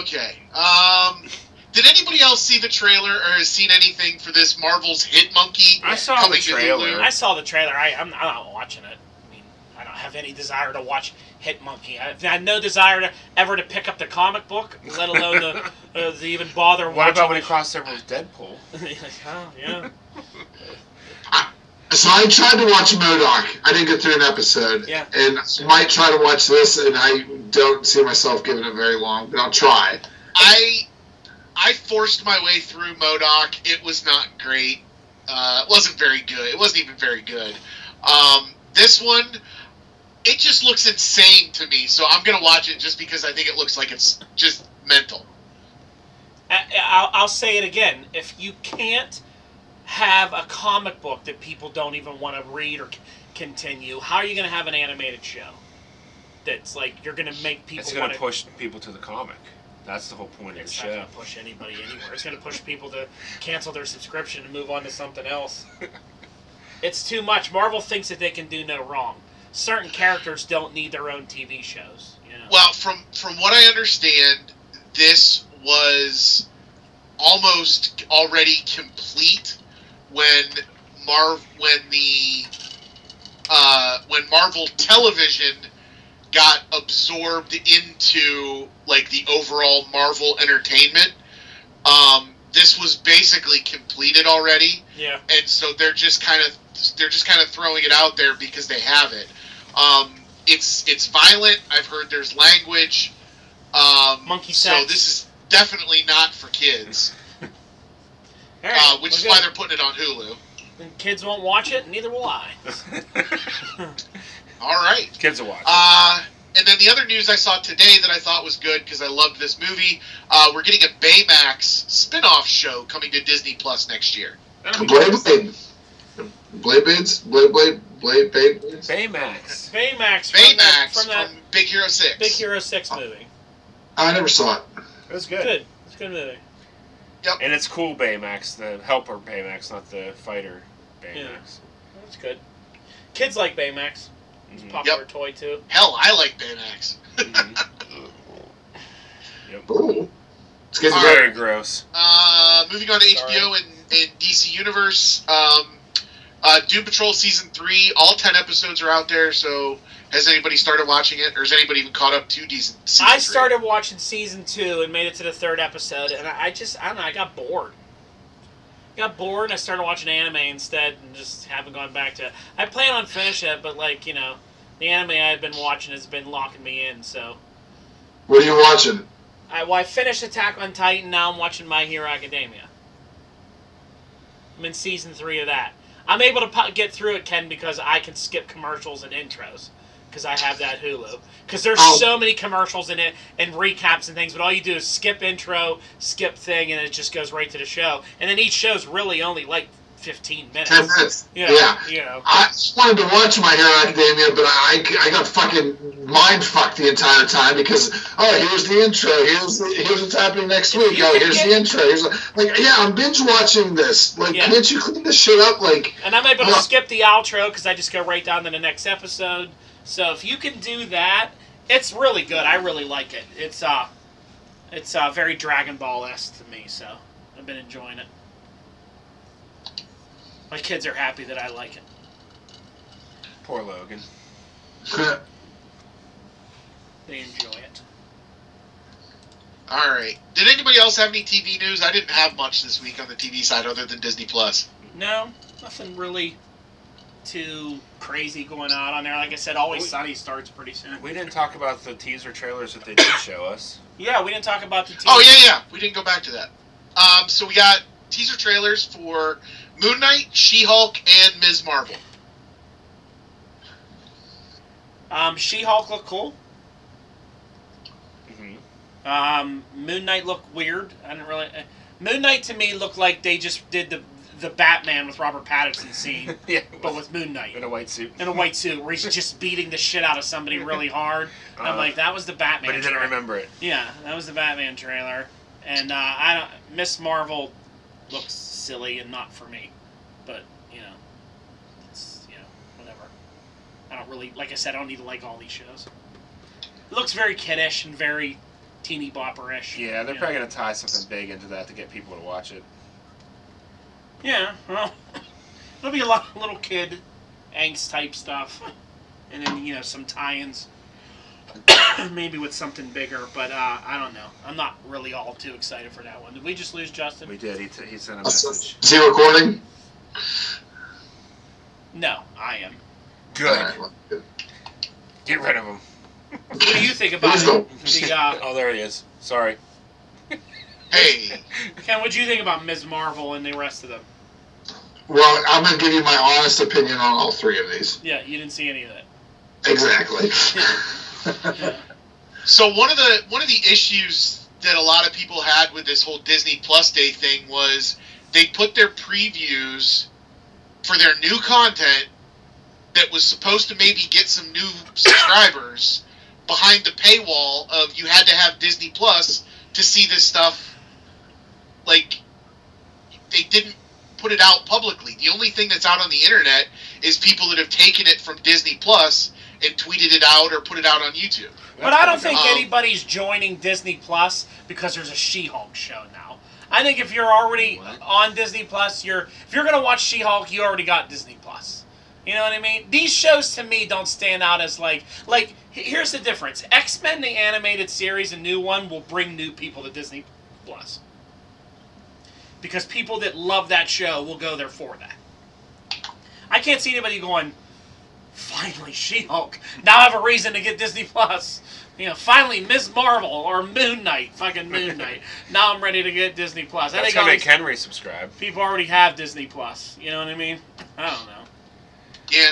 Okay. Um, did anybody else see the trailer or has seen anything for this Marvel's Hit Monkey? I saw coming the to trailer. Hulu? I saw the trailer. I, I'm, I'm not watching it. I mean, I don't have any desire to watch Hit Monkey. I, I had no desire to ever to pick up the comic book, let alone the, uh, to even bother What about watching. when it crossed over with Deadpool? it? oh, yeah. So I tried to watch Modoc. I didn't get through an episode. Yeah. And I might try to watch this, and I don't see myself giving it very long, but I'll try. I I forced my way through Modoc. It was not great. Uh, it wasn't very good. It wasn't even very good. Um, this one, it just looks insane to me. So I'm gonna watch it just because I think it looks like it's just mental. I, I'll, I'll say it again. If you can't have a comic book that people don't even want to read or c- continue, how are you going to have an animated show? That's like you're going to make people It's going want to push people to the comic. That's the whole point of the It's not show. going to push anybody anywhere. It's going to push people to cancel their subscription and move on to something else. it's too much. Marvel thinks that they can do no wrong. Certain characters don't need their own TV shows. You know? Well, from from what I understand, this was almost already complete when Marv when the uh, when Marvel Television got absorbed into like the overall Marvel Entertainment. Um, this was basically completed already yeah. and so they're just kind of they're just kind of throwing it out there because they have it. Um, it's it's violent. I've heard there's language. Um, Monkey So sex. this is definitely not for kids, All right, uh, which well, is good. why they're putting it on Hulu. Then kids won't watch it, and neither will I. All right. Kids will watch. it. Uh, and then the other news I saw today that I thought was good because I loved this movie. Uh, we're getting a Baymax spin-off show coming to Disney Plus next year. That'll be Blade good. Blade. Blade Blades? Blade Blade? Blade Blade? Blades? Baymax. Baymax, from, that, Baymax from that Big Hero Six. Big Hero Six movie. I never saw it. It was Good. It's a good movie. And it's cool Baymax, the helper Baymax, not the fighter Baymax. It's good. Kids like Baymax. It's a Mm. Mhm. popular toy too. Hell, I like Baymax. Mhm. Ooh. It's getting better. Very gross. Uh, moving on to Sorry. HBO and, and DC Universe, um, uh, Doom Patrol season three, all ten episodes are out there. So has anybody started watching it, or is anybody even caught up to decent? Season I three? started watching season two and made it to the third episode, and I I just I don't know. I got bored. Got bored, and I started watching anime instead, and just haven't gone back to. it. I plan on finishing it, but like you know, the anime I've been watching has been locking me in. So What are you watching? I well I finished Attack on Titan. Now I'm watching My Hero Academia. I'm in season three of that. I'm able to pu- get through it, Ken, because I can skip commercials and intros because I have that Hulu. Because there's Oh. so many commercials in it and recaps and things, but all you do is skip intro, skip thing, and it just goes right to the show. And then each show's really only like 15 minutes. Ten minutes. You know, yeah. You know. I just wanted to watch My Hero Academia, but I, I got fucking mind fucked the entire time because oh here's the intro, here's the, here's what's happening next week, oh here's the intro, here's the, like yeah I'm binge watching this. Like Yeah. can't you clean this shit up? Like And I'm able to Huh. skip the outro because I just go right down to the next episode. So if you can do that, it's really good. I really like it. It's uh, it's uh, very Dragon Ball esque to me. So I've been enjoying it. My kids are happy that I like it. Poor Logan. They enjoy it. All right. Did anybody else have any TV news? I didn't have much this week on the TV side other than Disney Plus. No, nothing really too crazy going on on there. Like I said, Oh, Always Sunny starts pretty soon. We didn't talk about the teaser trailers that they did show us. Yeah, we didn't talk about the TV. Oh yeah, yeah. We didn't go back to that. Um, so we got teaser trailers for Moon Knight, She Hulk, and Ms. Marvel. Um, She-Hulk looked cool. Mm-hmm. Um, Moon Knight looked weird. I didn't really. uh, Moon Knight to me looked like they just did the the Batman with Robert Pattinson scene, yeah. but with Moon Knight in a white suit. in a white suit, where he's just beating the shit out of somebody really hard. And I'm Uh, like, that was the but Batman. he didn't trailer. remember it. Yeah, that was the Batman trailer, and uh, I don't. Miss Marvel looks silly and not for me. But you know, it's you know whatever. I don't really like I said I don't need to like all these shows. It looks very kiddish and very teeny bopperish. Yeah, they're you probably know. gonna tie something big into that to get people to watch it. Yeah, well, it'll be a lot of little kid angst type stuff, and then you know some tie-ins, maybe with something bigger. But uh, I don't know. I'm not really all too excited for that one. Did we just lose Justin? We did. He, t- he sent a message. Is he recording? No, I am. All Good. right, well, good. Get rid of him. What do you think about Who's the- it? the? Uh, oh, there he is. Sorry. Hey, Ken, what do you think about Ms. Marvel and the rest of them? Well, I'm going to give you my honest opinion on all three of these. Yeah, you didn't see any of that. Exactly. Yeah. so one of the one of the issues that a lot of people had with this whole Disney Plus Day thing was they put their previews for their new content that was supposed to maybe get some new subscribers behind the paywall of you had to have Disney Plus to see this stuff. Like they didn't put it out publicly. The only thing that's out on the internet is people that have taken it from Disney Plus and tweeted it out or put it out on YouTube. But I don't think Um, anybody's joining Disney Plus because there's a She-Hulk show now. I think if you're already What? on Disney Plus, you're if you're gonna watch She-Hulk, you already got Disney Plus. You know what I mean? These shows to me don't stand out as like like he- here's the difference. X-Men the animated series, a new one, will bring new people to Disney Plus. Because people that love that show will go there for that. I can't see anybody going, finally She-Hulk. Now I have a reason to get Disney Plus. You know, finally Ms. Marvel or Moon Knight, fucking Moon Knight. now I'm ready to get Disney Plus. I That's think all gonna make these Henry subscribe. people already have Disney Plus. You know what I mean? I don't know. Yeah,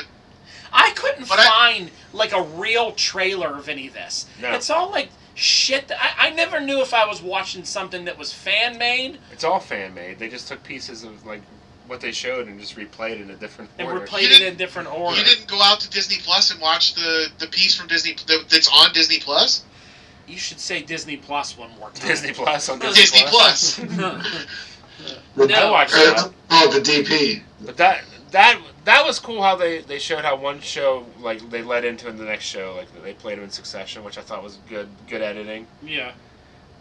I couldn't But I- find like a real trailer of any of this. No. It's all like shit. That I, I never knew if I was watching something that was fan made It's all fan made. They just took pieces of like what they showed and just replayed in a different and order. replayed You it in didn't- different order. you didn't go out to Disney Plus and watch the the piece from Disney that, that's on Disney Plus. You should say Disney Plus one more time. Disney Plus on Disney, Disney Plus. No. I watched that. Uh, oh, the DP. But that that that was cool how they, they showed how one show like they led into the next show like they played them in succession, which I thought was good good editing. yeah.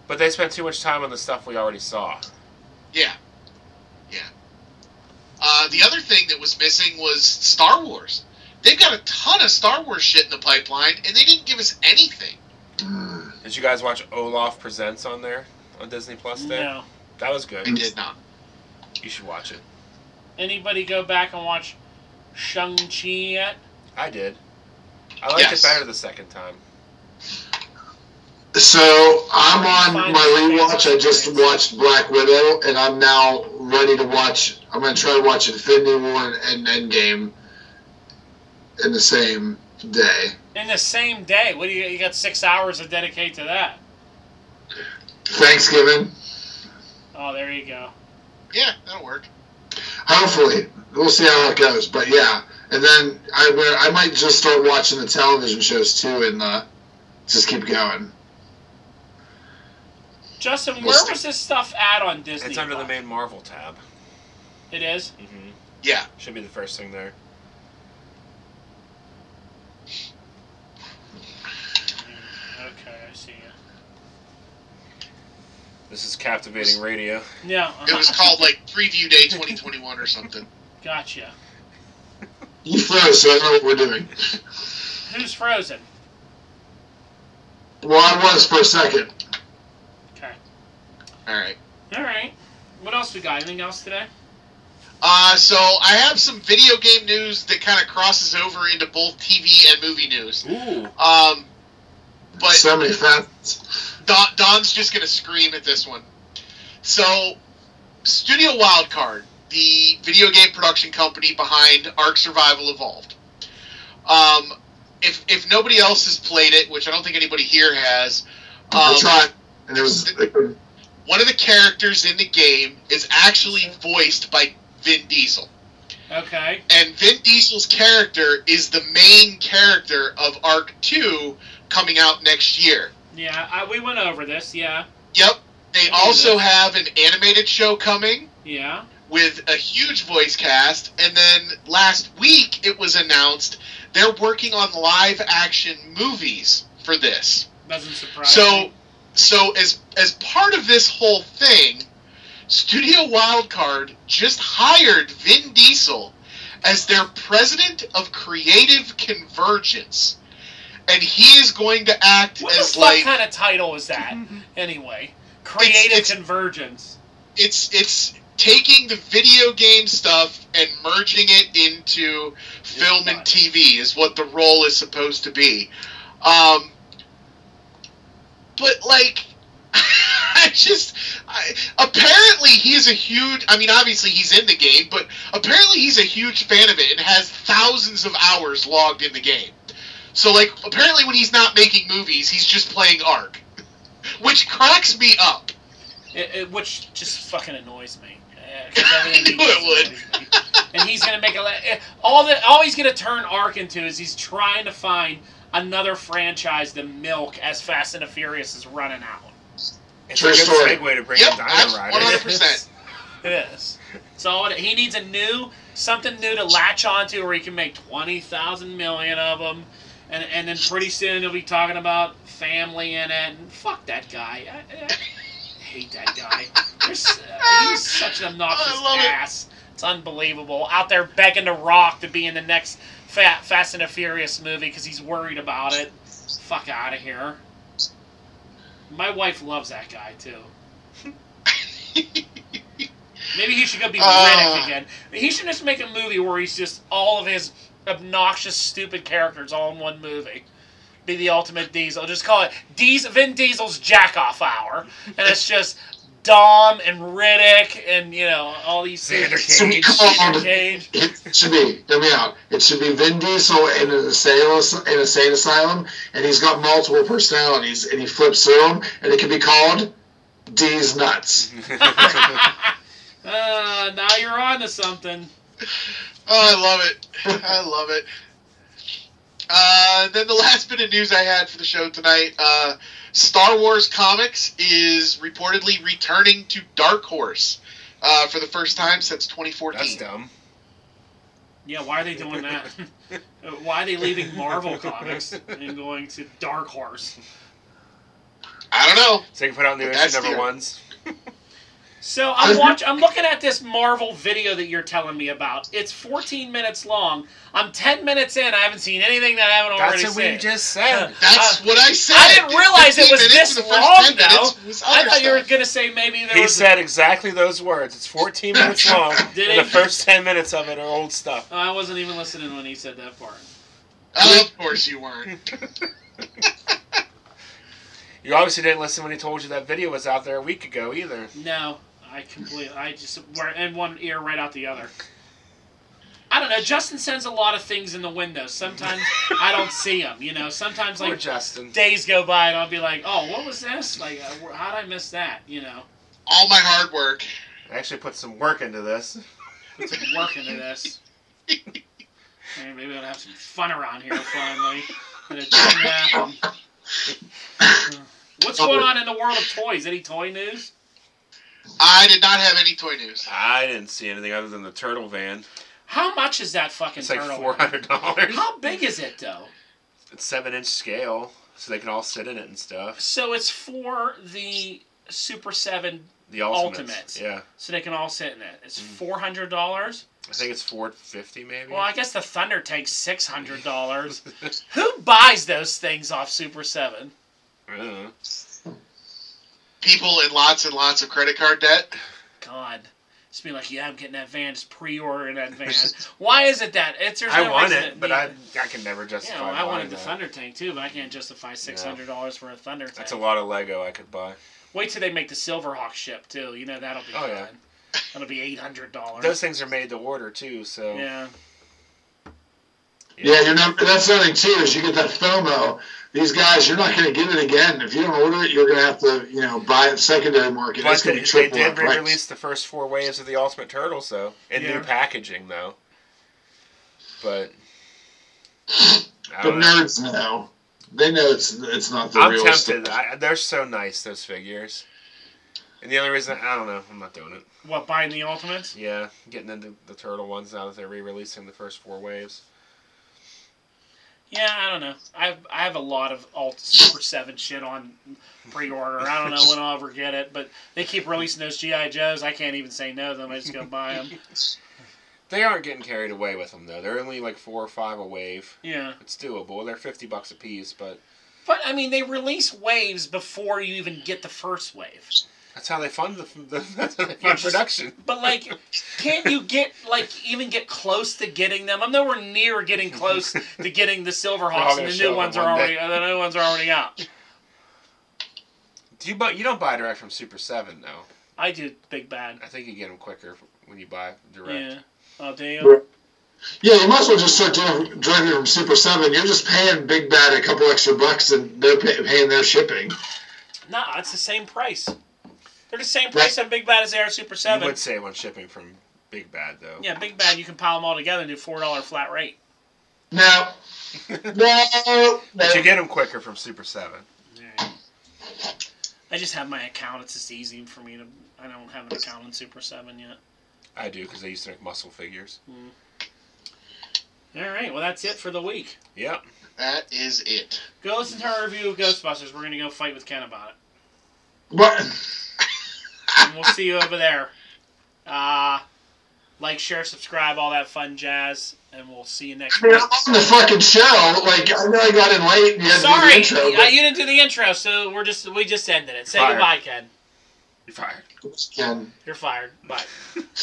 But they spent too much time on the stuff we already saw. Yeah, yeah. Uh, the other thing that was missing was Star Wars. They've got a ton of Star Wars shit in the pipeline, and they didn't give us anything. Mm, Did you guys watch Olaf Presents on there on Disney Plus? Day? No. that was good. They did not. You should watch it. Anybody go back and watch Shang Chi yet? I did. I liked Yes. it better the second time. So I'm on my rewatch. I just watched Black Widow, and I'm now ready to watch. I'm going to try to watch Infinity War and, and Endgame in the same day. In the same day. What do you you got six hours to dedicate to that? Thanksgiving, Oh, there you go. Yeah, that'll work. hopefully. We'll see how it goes, but yeah. And then I will- I might just start watching the television shows too, and uh, just keep going. Justin, where Must- was this stuff at on Disney? It's under the Plus? main Marvel tab. It is. Mm-hmm. Yeah, Should be the first thing there. Mm, Okay, I see it. This is captivating radio. Yeah. it was called like Preview Day 2021 or something. Gotcha. You froze, so I know what we're doing. Who's frozen? Well, I was for a second. Okay. All right. All right. What else we got? Anything else today? Uh, so I have some video game news that kind of crosses over into both TV and movie news. Ooh. Um, but so many facets. Don, Don's just gonna scream at this one. So, Studio Wildcard, the video game production company behind Ark Survival Evolved. Um, if if nobody else has played it, which I don't think anybody here has, I um, tried, and it was. one of the characters in the game is actually voiced by Vin Diesel. Okay. And Vin Diesel's character is the main character of Arc 2 coming out next year. Yeah, I, we went over this. Yeah. Yep. They also have an animated show coming Yeah. with a huge voice cast, and then last week it was announced they're working on live action movies for this. Doesn't surprise So, me. so as as part of this whole thing, Studio Wildcard just hired Vin Diesel as their president of creative convergence, and he is going to act What the as fuck like kind of title is that? Anyway, creative it's- convergence. it's it's taking the video game stuff and merging it into film and fine. TV is what the role is supposed to be. Um, but like, I just I, apparently he's a huge. I mean, obviously he's in the game, but apparently he's a huge fan of it and has thousands of hours logged in the game. So like, apparently when he's not making movies, he's just playing Ark, which cracks me up. It, it- which just fucking annoys me. Uh, 'cause I everything he knew it does would. annoys me. and he's gonna make a la- eh, all that. All he's gonna turn Ark into is he's trying to find another franchise to milk as Fast and the Furious is running out. It's True a good story. segue to bring Yep, up Dino that's Riders. 100%. It is. It's all it, he needs a new something new to latch onto where he can make twenty thousand million of them, and and then pretty soon he'll be talking about family in it. And fuck that guy. I, I hate that guy. There's, uh, he's such an obnoxious I love it. ass. It's unbelievable. Out there begging to rock to be in the next Fa Fast and the Furious movie because he's worried about it. Fuck out of here. My wife loves that guy too. Maybe he should go be Uh. Riddick again. He should just make a movie where he's just all of his obnoxious, stupid characters all in one movie. Be the ultimate Diesel. Just call it Diesel, Vin Diesel's Jack Off Hour, and it's just Dom and Riddick and you know all these Xander things. So Cage. come on. Cage. It should be. Hear me out. It should be Vin Diesel in an asylum, in a sane asylum, and he's got multiple personalities, and he flips through them, and it can be called D's nuts. Uh, now you're on to something. Oh, I love it. I love it. Uh, then the last bit of news I had for the show tonight uh, Star Wars Comics is reportedly returning to Dark Horse uh, for the first time since That's 2014. dumb. Yeah, why are they doing that? Uh, why are they leaving Marvel Comics and going to Dark Horse? I don't know. So you can put out new But issue that's number the- ones. So I'm watch. I'm looking at this Marvel video that you're telling me about. It's 14 minutes long. I'm 10 minutes in. I haven't seen anything that I haven't already That's what seen. we just said. That's what Uh, I said. I didn't realize it 15 was minutes this and the first long, 10 minutes was I other thought you were stuff. gonna say maybe there He was. said exactly those words. It's 14 minutes long, Did and the he? first 10 minutes of it are old stuff. Oh, I wasn't even listening when he said that part. Of course you weren't. You obviously didn't listen when he told you that video was out there a week ago either. No, I completely. I just were in one ear right out the other. I don't know. Justin sends a lot of things in the window. Sometimes I don't see them. You know. Sometimes Poor like Justin. days go by and I'll be like, oh, what was this? Like, uh, wh- how'd I miss that? You know. All my hard work. I actually put some work into this. put some work into this. Maybe maybe I'll have some fun around here finally. And it didn't happen. What's going on in the world of toys? Any toy news? I did not have any toy news. I didn't see anything other than the turtle van. How much is that fucking It's like turtle? $400. How big is it though? It's 7 inch scale, so they can all sit in it and stuff. So it's for the Super Seven, The Ultimates. Ultimates. Yeah. so they can all sit in it. It's Mm. four hundred dollars. I think it's 450 maybe. Well, I guess the Thunder takes six hundred dollars. Who buys those things off Super Seven? I don't know. People in lots and lots of credit card debt. God. Just be like, yeah, I'm getting that van. Just pre-order in that van. Why is it that it's there's I no want reason it, but I, I can never you justify know, I buying wanted the that. Thunder Tank too, but I can't justify six hundred dollars for a Thunder Tank. That's a lot of Lego I could buy. Wait till they make the Silverhawk ship too. You know that'll be. Oh, fun. yeah. That'll be eight hundred Those dollars. things are made to order too, so Yeah. Yeah, you're not. That's the thing too is you get that FOMO. These guys, you're not going to get it again. If you don't order it, you're going to have to, you know, buy it secondary market. But it's going they, to be they triple in did price. re-release the first four waves of the Ultimate Turtles, though, in Yeah. new packaging, though. But I But don't know. nerds know. They know it's it's not the Oh, I'm real tempted. stuff. I, they're so nice, those figures. And the other reason, I don't know, I'm not doing it. What buying the Ultimates? Yeah, getting into the turtle ones now that they're re-releasing the first four waves. Yeah, I don't know. I I have a lot of alt Super Seven shit on pre-order. I don't know when I'll ever get it, but they keep releasing those GI Joes. I can't even say no to them. I just go buy them. They aren't getting carried away with them though. They're only like four or five a wave. Yeah, It's doable. They're fifty bucks a piece, but but I mean, they release waves before you even get the first wave. that's how they fund the, the that's how they You're fund just- production. But like, can't you get like even get close to getting them? I'm nowhere near getting close to getting the all Silverhawks, gonna and the show new them ones are one already day. the new ones are already out. Do you buy? You don't buy direct from Super Seven though. I do Big Bad. I think you get them quicker when you buy direct. Yeah. Oh damn. Right. Yeah, you might as well just start doing directly from Super Seven. You're just paying Big Bad a couple extra bucks, and they're pay, paying their shipping. Nah, it's the same price. They're the same price on Big Bad as they are Super You Seven. would save on shipping from Big Bad though. Yeah, Big Bad, you can pile them all together and do four dollar flat rate. No, no, no. But you get them quicker from Super Seven. I just have my account. It's just easy for me to. I don't have an account in Super Seven yet. I do because they used to make muscle figures. All right. Well, that's it for the week. Yep. That is it. Go listen to our review of Ghostbusters. We're gonna go fight with Ken about it. But and we'll see you over there. Uh, like, share, subscribe, all that fun jazz, and we'll see you next I mean, week. I'm on the fucking show. Like I know I got in late. And you had Sorry, to do the intro, I- but you didn't do the intro, so we're just we just ended it. Say Fired. goodbye, Ken. You're fired. Ken. You're fired. Bye.